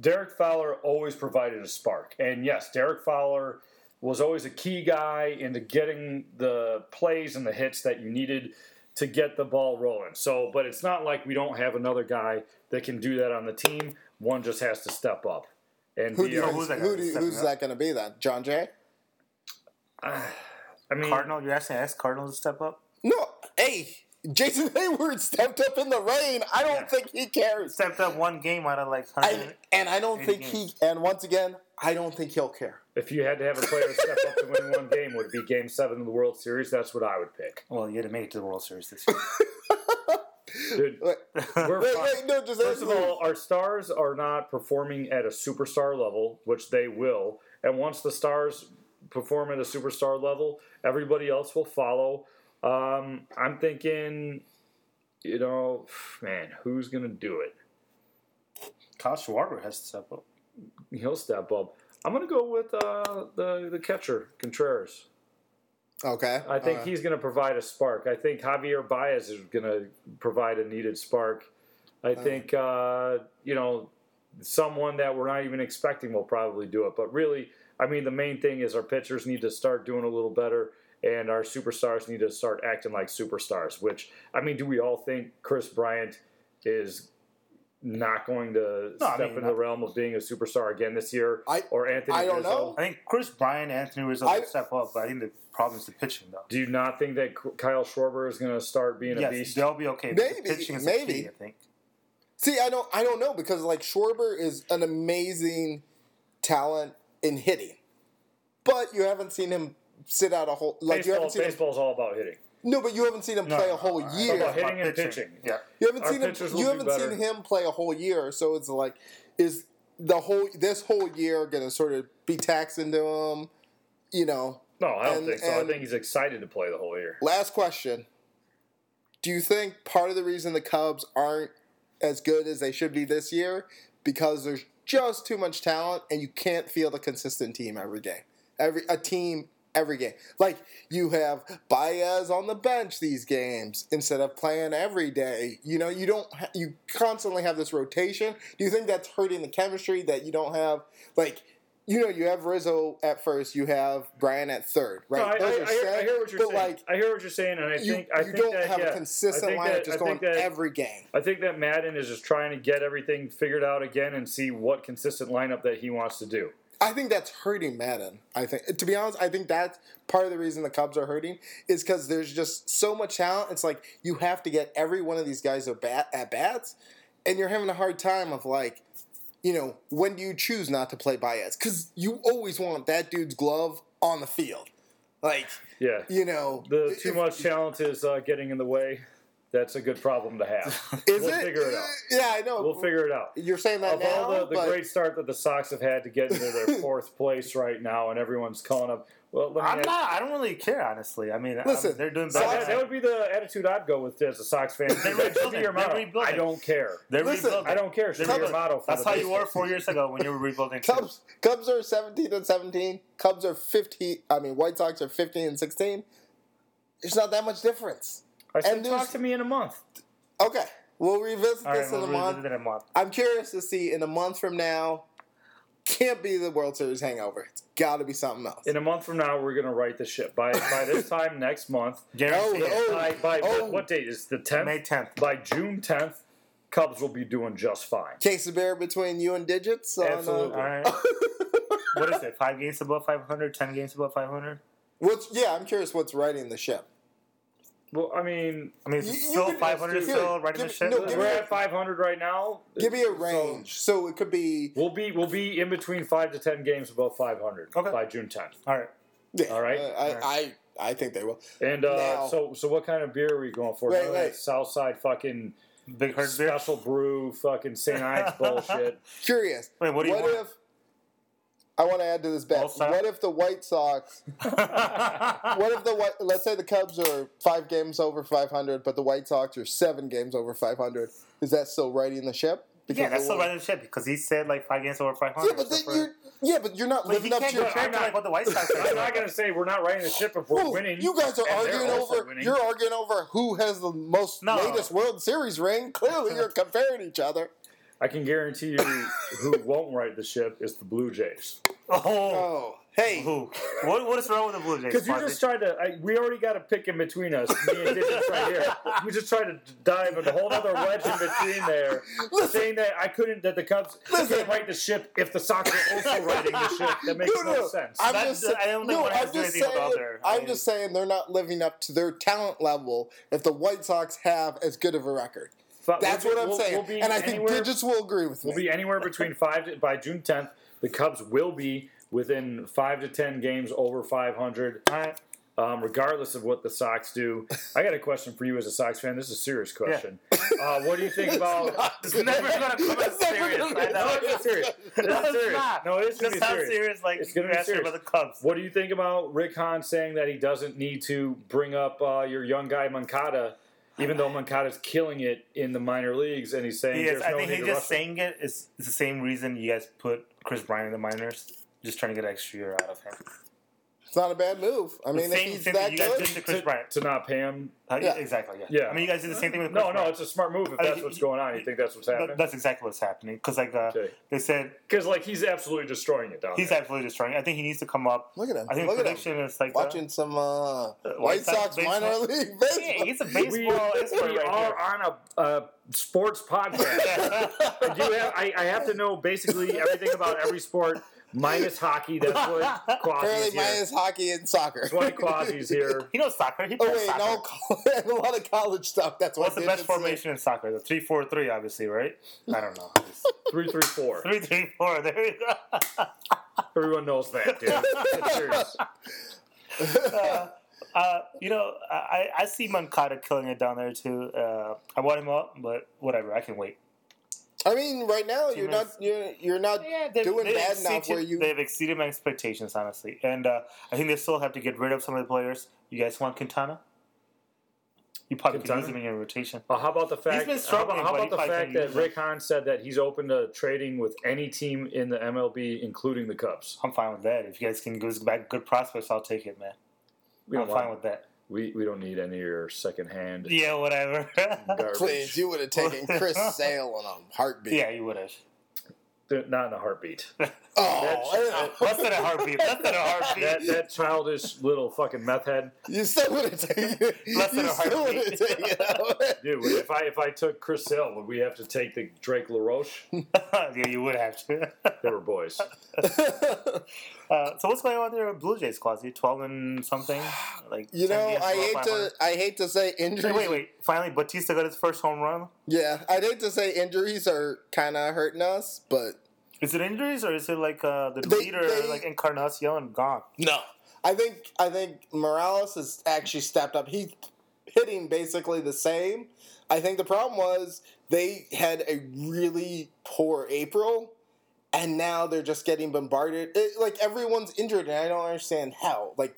Derek Fowler always provided a spark. And yes, Derek Fowler was always a key guy into getting the plays and the hits that you needed to get the ball rolling. So, but it's not like we don't have another guy that can do that on the team. One just has to step up. And
Who do
be
you,
a-
Yeah, who's that guy
who do
that's
you-
stepping
who's
up?
that going to be? Then John Jay?
I mean,
Cardinal, you're asking ask Cardinals to step up.
No. Hey, Jason Hayward stepped up in the rain. I don't think he cares.
Stepped up one game out of like
I,
hundred.
and I don't think he.
games.
And once again, I don't think he'll care.
if you had to have a player step up to win one game, would it be Game Seven of the World Series? That's what I would pick.
Well, you had to make it to the World Series this year.
Dude,
Wait,
we're
wait,
fine.
wait, no, just
First of all, our stars are not performing at a superstar level, which they will. And once the stars perform at a superstar level, everybody else will follow. Um, I'm thinking, you know, man, who's going to do it?
Kyle Schwarber has to step up.
He'll step up. I'm going to go with uh, the, the catcher, Contreras.
okay. uh,
I think
All right.
he's going to provide a spark. I think Javier Baez is going to provide a needed spark. I think uh, you know someone that we're not even expecting will probably do it. But really, I mean, the main thing is our pitchers need to start doing a little better, and our superstars need to start acting like superstars. Which I mean, do we all think Chris Bryant is? Not going to
No, I
step
mean,
into the realm of being a superstar again this year,
I-
or Anthony.
I don't
Rizzo?
know.
I think Chris Bryan, Anthony Rizzo
I-
will step up, but I think the problem is the pitching though.
Do you not think that Kyle Schwarber is going to start being a
Yes,
beast?
they'll be okay. but the
Maybe,
pitching is
maybe.
the key, I think.
See, I don't, I don't know because like Schwarber is an amazing talent in hitting, but you haven't seen him sit out a whole like you
baseball,
haven't seen him,
baseball's all about hitting.
no, but you haven't seen him
No,
play
no,
a whole
no, I-
year.
It's about hitting
About
and pitching.
Yeah.
You haven't
Our
seen him.
pitchers will
You
do
haven't
better.
seen him play a whole year, so it's like, is the whole this whole year going to sort of be taxed into him? You know.
No, I don't
And-
think so. I
and-
think he's excited to play the whole year.
Last question: Do you think part of the reason the Cubs aren't as good as they should be this year because there's just too much talent and you can't field a consistent team every game, every a team every game? Like you have Baez on the bench these games instead of playing every day. You know you don't ha- you constantly have this rotation. Do you think that's hurting the chemistry that you don't have like? You know, you have Rizzo at first, you have Brian at third,
No, I,
right?
I, I, hear, I
set,
hear what you're
but
saying.
like,
I hear what you're saying, and I
you,
think I
you
think
don't
that,
have
yeah,
a consistent
I think
lineup
that,
just
I
going
think that,
every game.
I think that Madden is just trying to get everything figured out again and see what consistent lineup that he wants to do.
I think that's hurting Madden. I think, to be honest, I think that's part of the reason the Cubs are hurting is because there's just so much talent. It's like you have to get every one of these guys a bat at bats, and you're having a hard time of like, you know, when do you choose not to play Baez? Because you always want that dude's glove on the field, like
Yeah,
you know,
the
if-
too much talent is uh, getting in the way. That's a good problem to have.
Is
we'll
it?
figure it out.
Yeah, I know.
We'll figure it out.
You're saying that
of
now,
all the, the
but
great start that the Sox have had to get into their fourth place right now, and everyone's calling up. Well, let me
I'm
ask-
not. I don't really care, honestly. I mean, I'm-
Listen,
they're doing
so
better.
I-
That, that would be the attitude I'd go with as a Sox fan. That should be
rebuilding. They're
your motto.
rebuilding.
I don't care.
they're
Listen,
rebuilding.
I don't care. Should be
They're
your motto. For
That's
the
how you
baseball.
were four years ago when you were rebuilding. too.
Cubs Cubs are 17 and 17. Cubs are 15. I mean, White Sox are 15 and 16. There's not that much difference.
I said,
And there's-
talk to me in a month.
Okay, we'll revisit
All
this
right,
in
we'll
a month.
revisit it in a month.
I'm curious to see in a month from now. Can't be the World Series hangover. It's got to be something else.
In a month from now, we're gonna write the shit. By by this time next month,
Oh,
Guaranteed.
oh,
by by
oh.
what date is the
May
tenth?
10th.
By June tenth, Cubs will be doing just fine.
Case of beer between you and digits. On, uh,
Absolutely.
All right. what is it? Five games above 500? Ten games above 500?
what's, yeah, I'm curious what's riding the ship.
Well, I mean,
I mean, is
You-
it
you
still
can-
500
dude,
still right in the
give-
shit?
no, give
we're
me-
at five hundred right now.
Give me a range. So it could be.
We'll be we'll be in between five to ten games above five hundred
Okay.
by June tenth.
All right.
Yeah,
all right.
uh, I, I I think they will.
And uh,
Now-
so, so what kind of beer are we going for?
Wait,
Another
wait.
Southside fucking
Big Herd beer.
special brew, fucking St. Ives bullshit.
Curious.
Wait, what do you
What
want?
if? I want to add to this bet.
All side?
What if the White Sox? What if the White? Let's say the Cubs are five games over five hundred, but the White Sox are seven games over five hundred. Is that still righting the ship?
yeah, that's
the
still right in the ship because he said like five games over five hundred.
Yeah, but then you're yeah, but you're not
Like, he
living up
can't
to your.
go back to like what the White Sox
I'm
are.
not gonna say we're not riding the ship if we're
Whoa,
winning.
You guys are
and they're
arguing
also
over.
winning.
You're arguing over who has the most
No.
latest World Series ring. Clearly, you're comparing each other.
I can guarantee you who won't ride the ship is the Blue Jays.
Oh,
Oh, hey,
who? What, what is wrong with the Blue Jays?
Because you just tried to. I, we already got a pick in between us. Me and Digits right here. You just tried to dive a whole other wedge in between there, saying that I couldn't. That the Cubs
Listen.
couldn't right the ship if the Sox were also riding the ship. That makes
No,
no,
no,
sense.
I'm
That-
just,
I don't think
no,
one has
I'm
to do
just
anything
saying.
about their- I
I'm
mean-
just saying they're not living up to their talent level if the White Sox have as good of a record.
But
That's
we'll be-
what I'm
we'll-
saying,
we'll be
and I think
anywhere-
Digits will agree with
We'll
me.
be anywhere between five to, by June 10th. The Cubs will be within five to ten games over 500,
Alright.
um, regardless of what the Sox do. I got a question for you as a Sox fan. This is a serious question. Uh, what do you think about?
It's never gonna come as
It's never
serious.
gonna
I
be-
No,
know.
it's serious.
No,
It's
it's
serious.
not.
No, it's
Just how serious, like
It's
you're
gonna be
asking
serious.
about the Cubs.
What do you think about Rick Hahn saying that he doesn't need to bring up uh, your young guy Mancada, even though Mancada's killing it in the minor leagues, and he's saying
Yes,
there's
I
no
think
need
he's
to
just
rush him.
saying it is it's the same reason you guys put Chris Bryant in the minors, just trying to get an extra year out of him.
It's not a bad move. I mean, if
same
he's
thing that
that
you guys did
good,
to Chris Bryant.
to not pay him.
Uh,
Yeah.
Exactly. Yeah.
Yeah.
I mean, you guys did the same thing with Chris
No, no,
Bryant.
it's a smart move if
I-
that's what's going on. You think that's what's
Uh, That-
happening?
that's exactly what's happening because like uh,
Okay.
they said,
Because like he's absolutely destroying it down
he's
there.
absolutely destroying. I think he needs to come up.
Look at him.
I think
Look
the
at him.
prediction uh, is like
watching some uh, White Sox,
baseball.
minor league
Uh, yeah,
baseball.
he's a baseball expert
we
right
are
here.
on a, a sports podcast. And you have, I, I have to know basically everything about every sport minus hockey. That's what Quasi's
Apparently,
here.
minus hockey and soccer.
That's why Quasi's here.
He knows soccer. He
Oh
plays
wait,
soccer.
no, a lot of college stuff. That's
What's
what
the best
Digits said.
formation in soccer? The three four three, obviously, right? I don't know.
Three, three, four.
three three four. There you go.
Everyone knows that, dude. It's serious.
Uh, you know, I, I see Mancada killing it down there too. Uh, I want him up, but whatever. I can wait.
I mean, right now you're not
Teammates.
you're, you're not doing bad enough where you
they've exceeded my expectations, honestly. And uh, I think they still have to get rid of some of the players. You guys want Quintana? You probably could
Quintana?
use him in your rotation.
Uh, how about the
been
fact? how about,
struggling,
how
but
about the
if I can
fact
use
that
him.
Rick Hahn said that he's open to trading with any team in the MLB, including the Cubs?
I'm fine with that. If you guys can give us back good prospects, I'll take it, man.
We
I'm
don't want-
fine with that.
We we don't need any of your secondhand
Yeah, whatever.
garbage.
please you would have taken Chris Sale on a heartbeat.
yeah, you would have.
They're Not in a heartbeat.
Oh,
Less than a heartbeat. Less than a heartbeat.
That that childish little fucking meth head,
you still would have taken
Less than
you
a
still would
heartbeat.
have taken it.
dude. If I if I took Chris Sale, would we have to take the Drake LaRoche?
yeah, you would have to.
They were boys.
Uh, so what's going on there with Blue Jays, Quasi? Twelve and something. Like
You
10
know,
games
I
below
hate to
500?
I hate to say injuries.
Hey, wait, wait. Finally, Batista got his first home run.
Yeah, I hate to say injuries are kind of hurting us, but
Is it injuries or is it like uh, the
They-
leader,
they-
like Encarnacion, gone?
No, I think I think Morales has actually stepped up. He's hitting basically the same. I think the problem was they had a really poor April, and now they're just getting bombarded. It, like everyone's injured, and I don't understand how. Like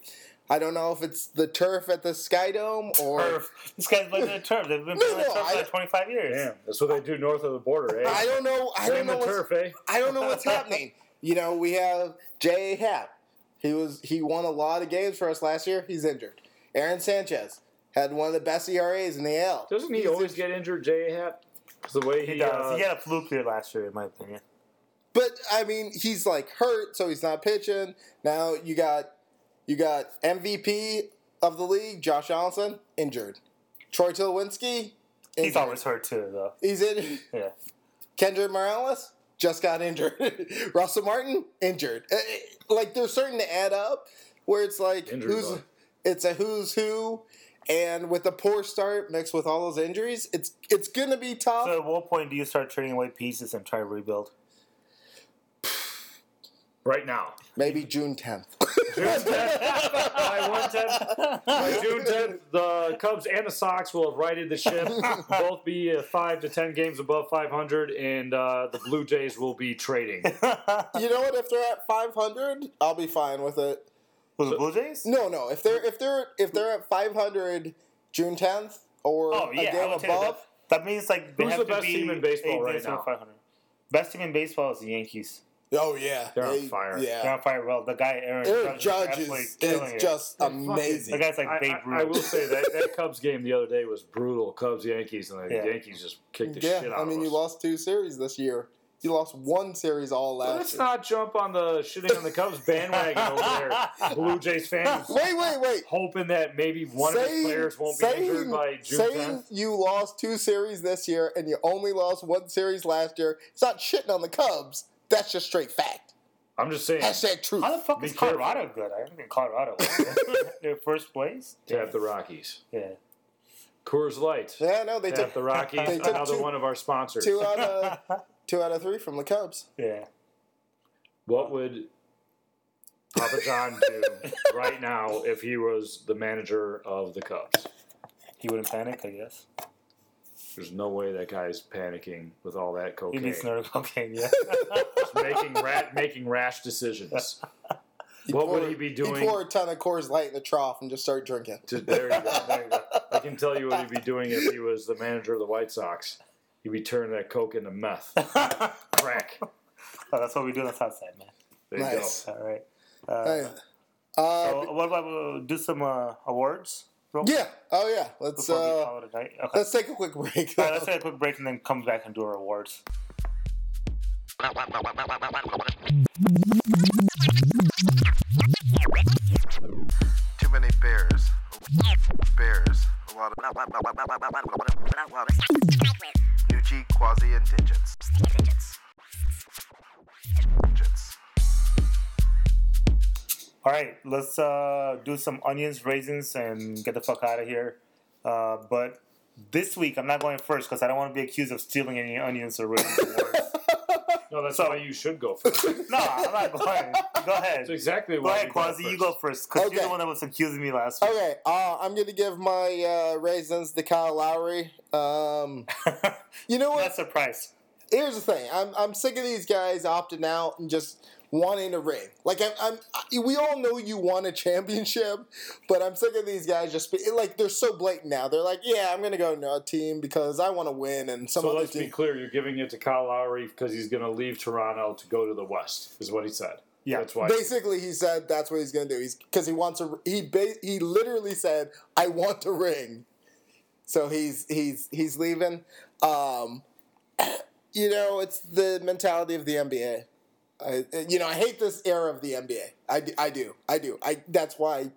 I don't know if it's the turf at the Sky Dome or.
Turf. This guy's playing the turf. They've been
No,
playing the
no,
turf
I-
for like twenty-five years.
Damn, that's what they do north of the border, eh?
I don't know. I don't
Blame
know
the
what's
turf, eh?
I don't know what's happening. You know, we have J.A. Happ. He was he won a lot of games for us last year. He's injured. Aaron Sanchez had one of the best ERAs in the AL.
Doesn't he always get injured, J. Hap? 'Cause the way he,
He does.
uh,
he had a fluke here last year, in my opinion.
But I mean, he's like hurt, so he's not pitching. Now you got you got MVP of the league, Josh Allison, injured. Troy Tulowitzki,
He's
injured.
always hurt too, though.
he's in.
Yeah.
Kendra Morales just got injured. Russell Martin injured. Eh, eh, Like they're starting to add up where it's like
Injury
who's
bug.
it's a who's who, and with the poor start mixed with all those injuries, it's it's gonna be tough.
So at what point do you start trading away pieces and try to rebuild?
right now.
Maybe June 10th.
June 10th, by one tenth- by June 10th, the Cubs and the Sox will have righted the ship, both be uh, five to ten games above 500, and uh, the Blue Jays will be trading.
you know what? If they're at 500, I'll be fine with it.
Was it Blue Jays?
No, no. If they're if they're if they're at 500 June 10th or
Oh yeah,
a
I
game
would say that-
above,
That means like they
Who's
have
the
to
best
be
team in baseball
eight
right
games
now?
over 500. Best team in baseball is the Yankees.
oh yeah,
They're on fire.
They're
Yeah,
on fire well. The guy Aaron,
Aaron Judge
absolutely
is,
killing
is
it.
just
fucking-
the
amazing.
guy's like Babe
I, I,
Ruth.
I will say that that Cubs game the other day was brutal. Cubs Yankees and the
Yeah.
Yankees just kicked the
Yeah,
shit out
I mean,
of
you
us.
lost two series this year. You lost one series all last
Let's
year.
not jump on the shitting on the Cubs bandwagon over there. Blue Jays fans
wait, wait, wait.
hoping that maybe one of the players won't be injured by June
saying
10th.
you lost two series this year and you only lost one series last year, it's not shitting on the Cubs. That's just straight fact.
I'm just saying.
Hashtag truth.
How the fuck
Be
is Colorado good? I don't think Colorado. was. They're first place.
Tap the Rockies.
Yeah.
Coors Light.
Yeah, no, they
Tap
took
the Rockies.
They took
Another
two-
one of our sponsors.
two uh, out of two out of three from the Cubs.
Yeah.
What would Papa John do right now if he was the manager of the Cubs?
He wouldn't panic, I guess.
There's no way that guy's panicking with all that
He
cocaine.
needs nerve cocaine, yeah.
He's making ra- making rash decisions. what would he be doing?
You pour a ton of Coors Light in the trough and just start drinking.
to- there you go. There you go. I can tell you what he'd be doing if he was the manager of the White Sox. He'd be turning that coke into meth, crack.
Oh, that's what we do on the south side, man.
There
Nice.
All right. Uh,
Hey. Uh,
so what about uh, do some uh, awards? real quick
yeah. Oh yeah. Let's
Before we
uh,
call it a night. Okay.
let's take a quick break.
All right, let's take a quick break and then come back and do our awards.
Too many bears. Bears. A lot of. lot of- New G, Quasi, and Digits. Digits.
All right, let's uh, do some onions, raisins, and get the fuck out of here. Uh, but this week, I'm not going first because I don't want to be accused of stealing any onions or raisins. awards.
you go. No, that's why you should go first. That's
no, I'm not going. Go ahead.
exactly
Go
why.
ahead,
you go
Quasi. You
first.
go first because you're
Okay.
the one that was accusing me last week.
Okay, uh, I'm gonna give my uh, raisins to Kyle Lowry. Um, you know
Not
what?
surprised.
Here's the thing. I'm I'm sick of these guys opting out and just wanting a ring. Like I'm, I'm I, we all know you want a championship, but I'm sick of these guys just be, like they're so blatant now. They're like, yeah, I'm gonna go to a team because I want to win, and some
So
other
let's be
team.
clear: you're giving it to Kyle Lowry because he's going to leave Toronto to go to the West, is what he said.
Yeah.
that's why.
Basically, he said that's what he's gonna do. He's because he wants a he ba- he literally said I want a ring, so he's he's he's leaving. Um, you know, it's the mentality of the NBA. I, you know, I hate this era of the NBA. I, d- I do, I do. I that's why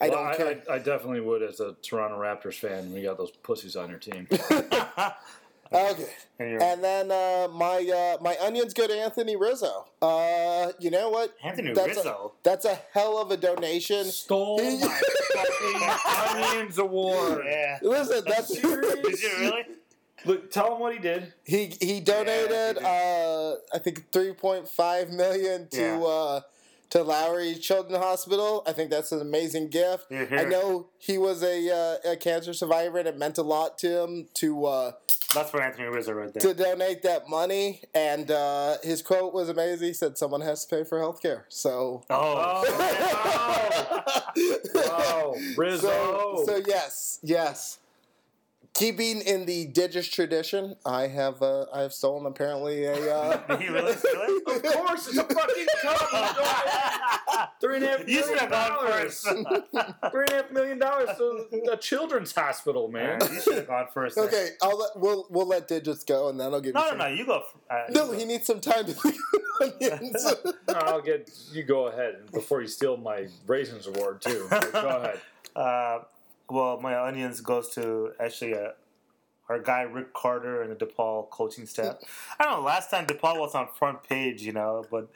I
Well,
don't care.
I, I definitely would as a Toronto Raptors fan. We got those pussies on your team.
okay.
And you're
And then uh, my uh, my onions go to Anthony Rizzo. Uh, you know what?
Anthony
That's a-
Rizzo.
that's a hell of a donation.
Stole my fucking Onions Award.
yeah.
Listen, that's
Did you really?
Look, tell him what he did.
He he donated uh, I think three point five million to
Yeah.
uh, to Lowry Children's Hospital. I think that's an amazing gift.
Here, here.
I know he was a, uh, a cancer survivor, and it meant a lot to him to uh,
That's for Anthony Rizzo right there.
to donate that money. And uh, his quote was amazing. He said, "Someone has to pay for healthcare." So.
Oh,
Oh,
Oh,
wow. Rizzo.
So,
Oh,
so yes, yes. Keeping in the Digis tradition, I have uh, I have stolen apparently a uh,
did he really steal it?
of course, it's a fucking cup. Three and a half
You should
million
have gone first.
dollars.
Man,
Three and a half million dollars to a children's hospital, man.
you should have gone first. then.
Okay, I'll let, we'll we'll let Digits go, and then I'll give you.
No, no,
some-
no. You go. f- Uh,
No, he needs some time to think of onions.
I'll get you. Go ahead before you steal my raisins award too. Go ahead.
Uh, well, my onions goes to actually uh, our guy Rick Carter and the DePaul coaching staff. I don't know. Last time DePaul was on front page, you know, but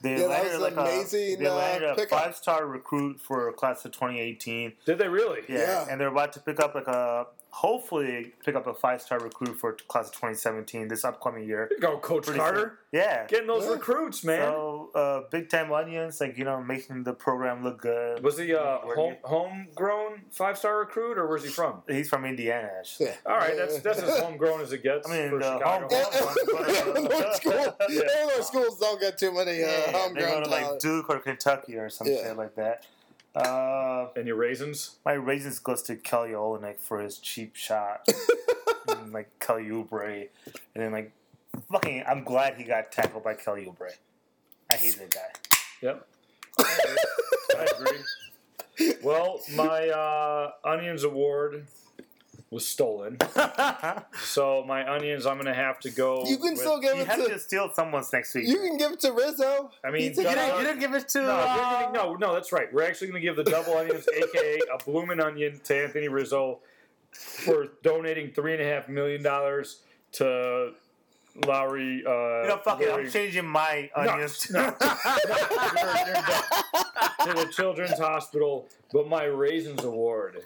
they
Yeah, that
landed
was
like
amazing,
a they
uh,
landed a
pickup.
five star recruit for class of 2018.
Did they really?
Yeah,
Yeah.
and they're about to pick up like a hopefully pick up a five star recruit for class of 2017 this upcoming year.
There you go, Coach
Pretty
Carter.
soon. Yeah.
Getting those
Yeah.
recruits, man.
So uh, big time audience, like you know, making the program look good.
was he uh,
Where
home, homegrown five star recruit, or where's he from?
He's from Indiana. Actually.
Yeah.
All right, that's that's as homegrown as it gets.
I mean, uh,
for
the
Chicago.
homegrown-
Illinois, school, Illinois schools don't get too many uh,
they go
homegrown
to
talent.
like Duke or Kentucky or some
Yeah.
shit like that. Uh,
and your raisins.
my raisins goes to Kelly Olynyk for his cheap shot, and, like Kelly Oubre, and then like fucking. I'm glad he got tackled by Kelly Oubre. I hate that guy.
Yep. I agree. Well, my uh, onions award was stolen, so my onions. I'm gonna have to go.
you can
with-
still give
you
it
have
to
to steal someone's next week.
you can give it to Rizzo.
I mean,
He took
God-
it out.
You
didn't give it to. uh,
No, we're gonna- no, no, that's right. We're actually going to give the double onions, aka a bloomin' onion, to Anthony Rizzo for donating three and a half million dollars to Lowry. Uh,
You know, fuck it.
Larry-
I'm changing my onions.
no. to the Children's Hospital, but my Raisins Award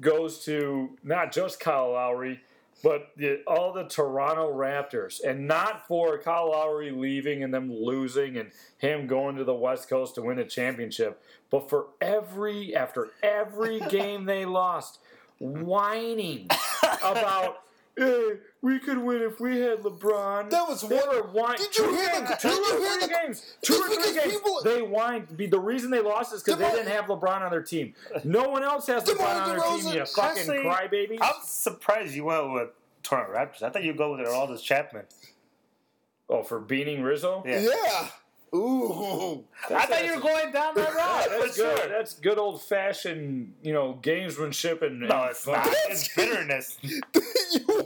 goes to not just Kyle Lowry, but the, all the Toronto Raptors, and not for Kyle Lowry leaving and them losing and him going to the West Coast to win a championship, but for every after every game they lost, whining about. "Eh, we could win if we had LeBron.
That was
They
one-
were whine-
Did you
two
hear the-
games,
did
two
you
or
hear
three
the-
games, two or
Just
three
because
games.
people-
They whined. be- The reason they lost is because they
DeMar-
didn't have LeBron on their team. No one else has LeBron
DeMar
on their team.
DeRozan-
You fucking
Honestly,
crybabies.
I'm surprised you went with Toronto Raptors. I thought you'd go with Aldis Chapman.
Oh, for beating Rizzo.
Yeah.
Yeah. Ooh.
I thought you were going down that road.
That's
for
good.
sure.
That's good old fashioned, you know, gamesmanship and,
No,
and
it's
fun.
not. It's bitterness.
you,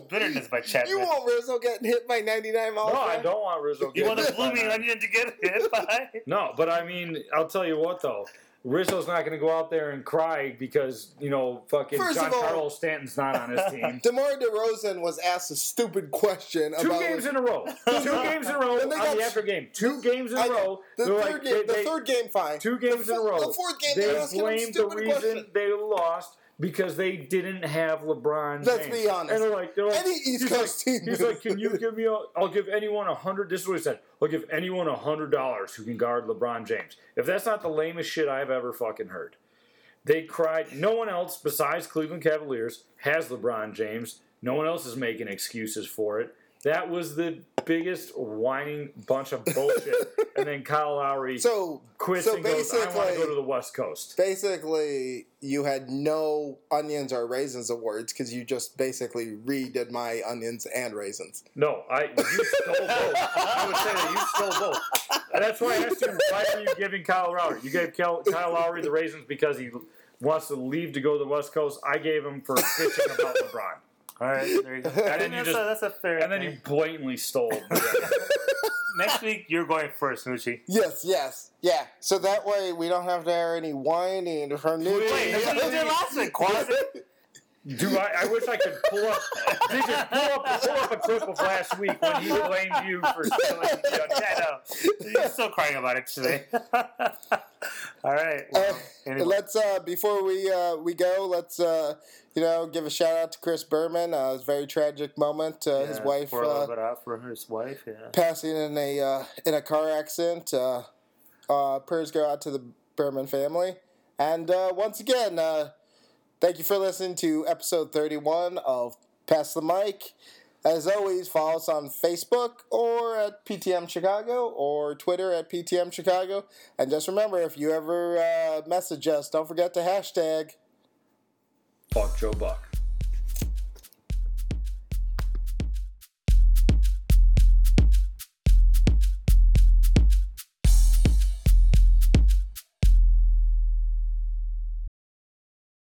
bitterness by Chapman.
you want Rizzo getting hit by 99 miles
No,
an
I
hour?
don't want Rizzo.
You want a
getting
blooming
hit by
onion to get hit by?
No, but I mean, I'll tell you what though. Rizzo's not going to go out there and cry because you know fucking
First of
John
all-
Carlos Stanton's not on his team.
DeMar DeRozan was asked a stupid question
Two
about.
games in a row. Two games in a row on
And they got-
the after game. Two games in
I
a
know.
row.
The,
They're
third,
like,
game,
they-
the
they-
third game, fine.
Two games
the,
in a
fo-
row.
The fourth game,
they
they're asking him
blamed the
stupid
reason
question.
they lost because they didn't have LeBron.
Let's
James.
be honest.
And they're like, they're like
Any East
he's
Coast
like,
team
He's
would-
like, can you give me? A, I'll give anyone a hundred. This is what he said. I'll give anyone a hundred dollars who can guard LeBron James. If that's not the lamest shit I've ever fucking heard. They cried. No one else besides Cleveland Cavaliers has LeBron James. No one else is making excuses for it. That was the biggest whining bunch of bullshit. and then Kyle Lowry
So,
quits
so
and goes, I want to go to
basically,
the West Coast.
basically, you had no onions or raisins awards because you just basically redid my onions and raisins.
No, I you stole both. I would say that you stole both. And that's why I asked you, why are you giving Kyle Lowry? You gave Kyle, Kyle Lowry the raisins because he wants to leave to go to the West Coast. I gave him for bitching about LeBron.
All right, there you go. I
then
think
you
that's,
just-
a, that's a fair.
And then
thing.
you blatantly stole. the raisins.
next week you're going first, Nucci.
Yes, yes, yeah. So that way we don't have to hear any whining from new.
Wait, that's what you did last week, Quasi.
Do I? I wish I could pull up. Did you pull up, pull up a clip of last week when he blamed you for stealing the onion?
I know. You're still crying about it today. All right.
Uh,
Well, anyway.
Let's uh, before we uh, we go, let's uh, you know give a shout out to Chris Berman. Uh, it was a very tragic moment. Uh, his
Yeah,
wife
pour a little
uh,
bit out for his wife. Yeah.
passing in a uh, in a car accident. Uh, uh, prayers go out to the Berman family. And uh, once again, uh, thank you for listening to episode thirty one of Pass the Mic. As always, follow us on Facebook or at PTM Chicago or Twitter at PTM Chicago. And just remember, if you ever uh, message us, don't forget to hashtag
Fuck Joe Buck.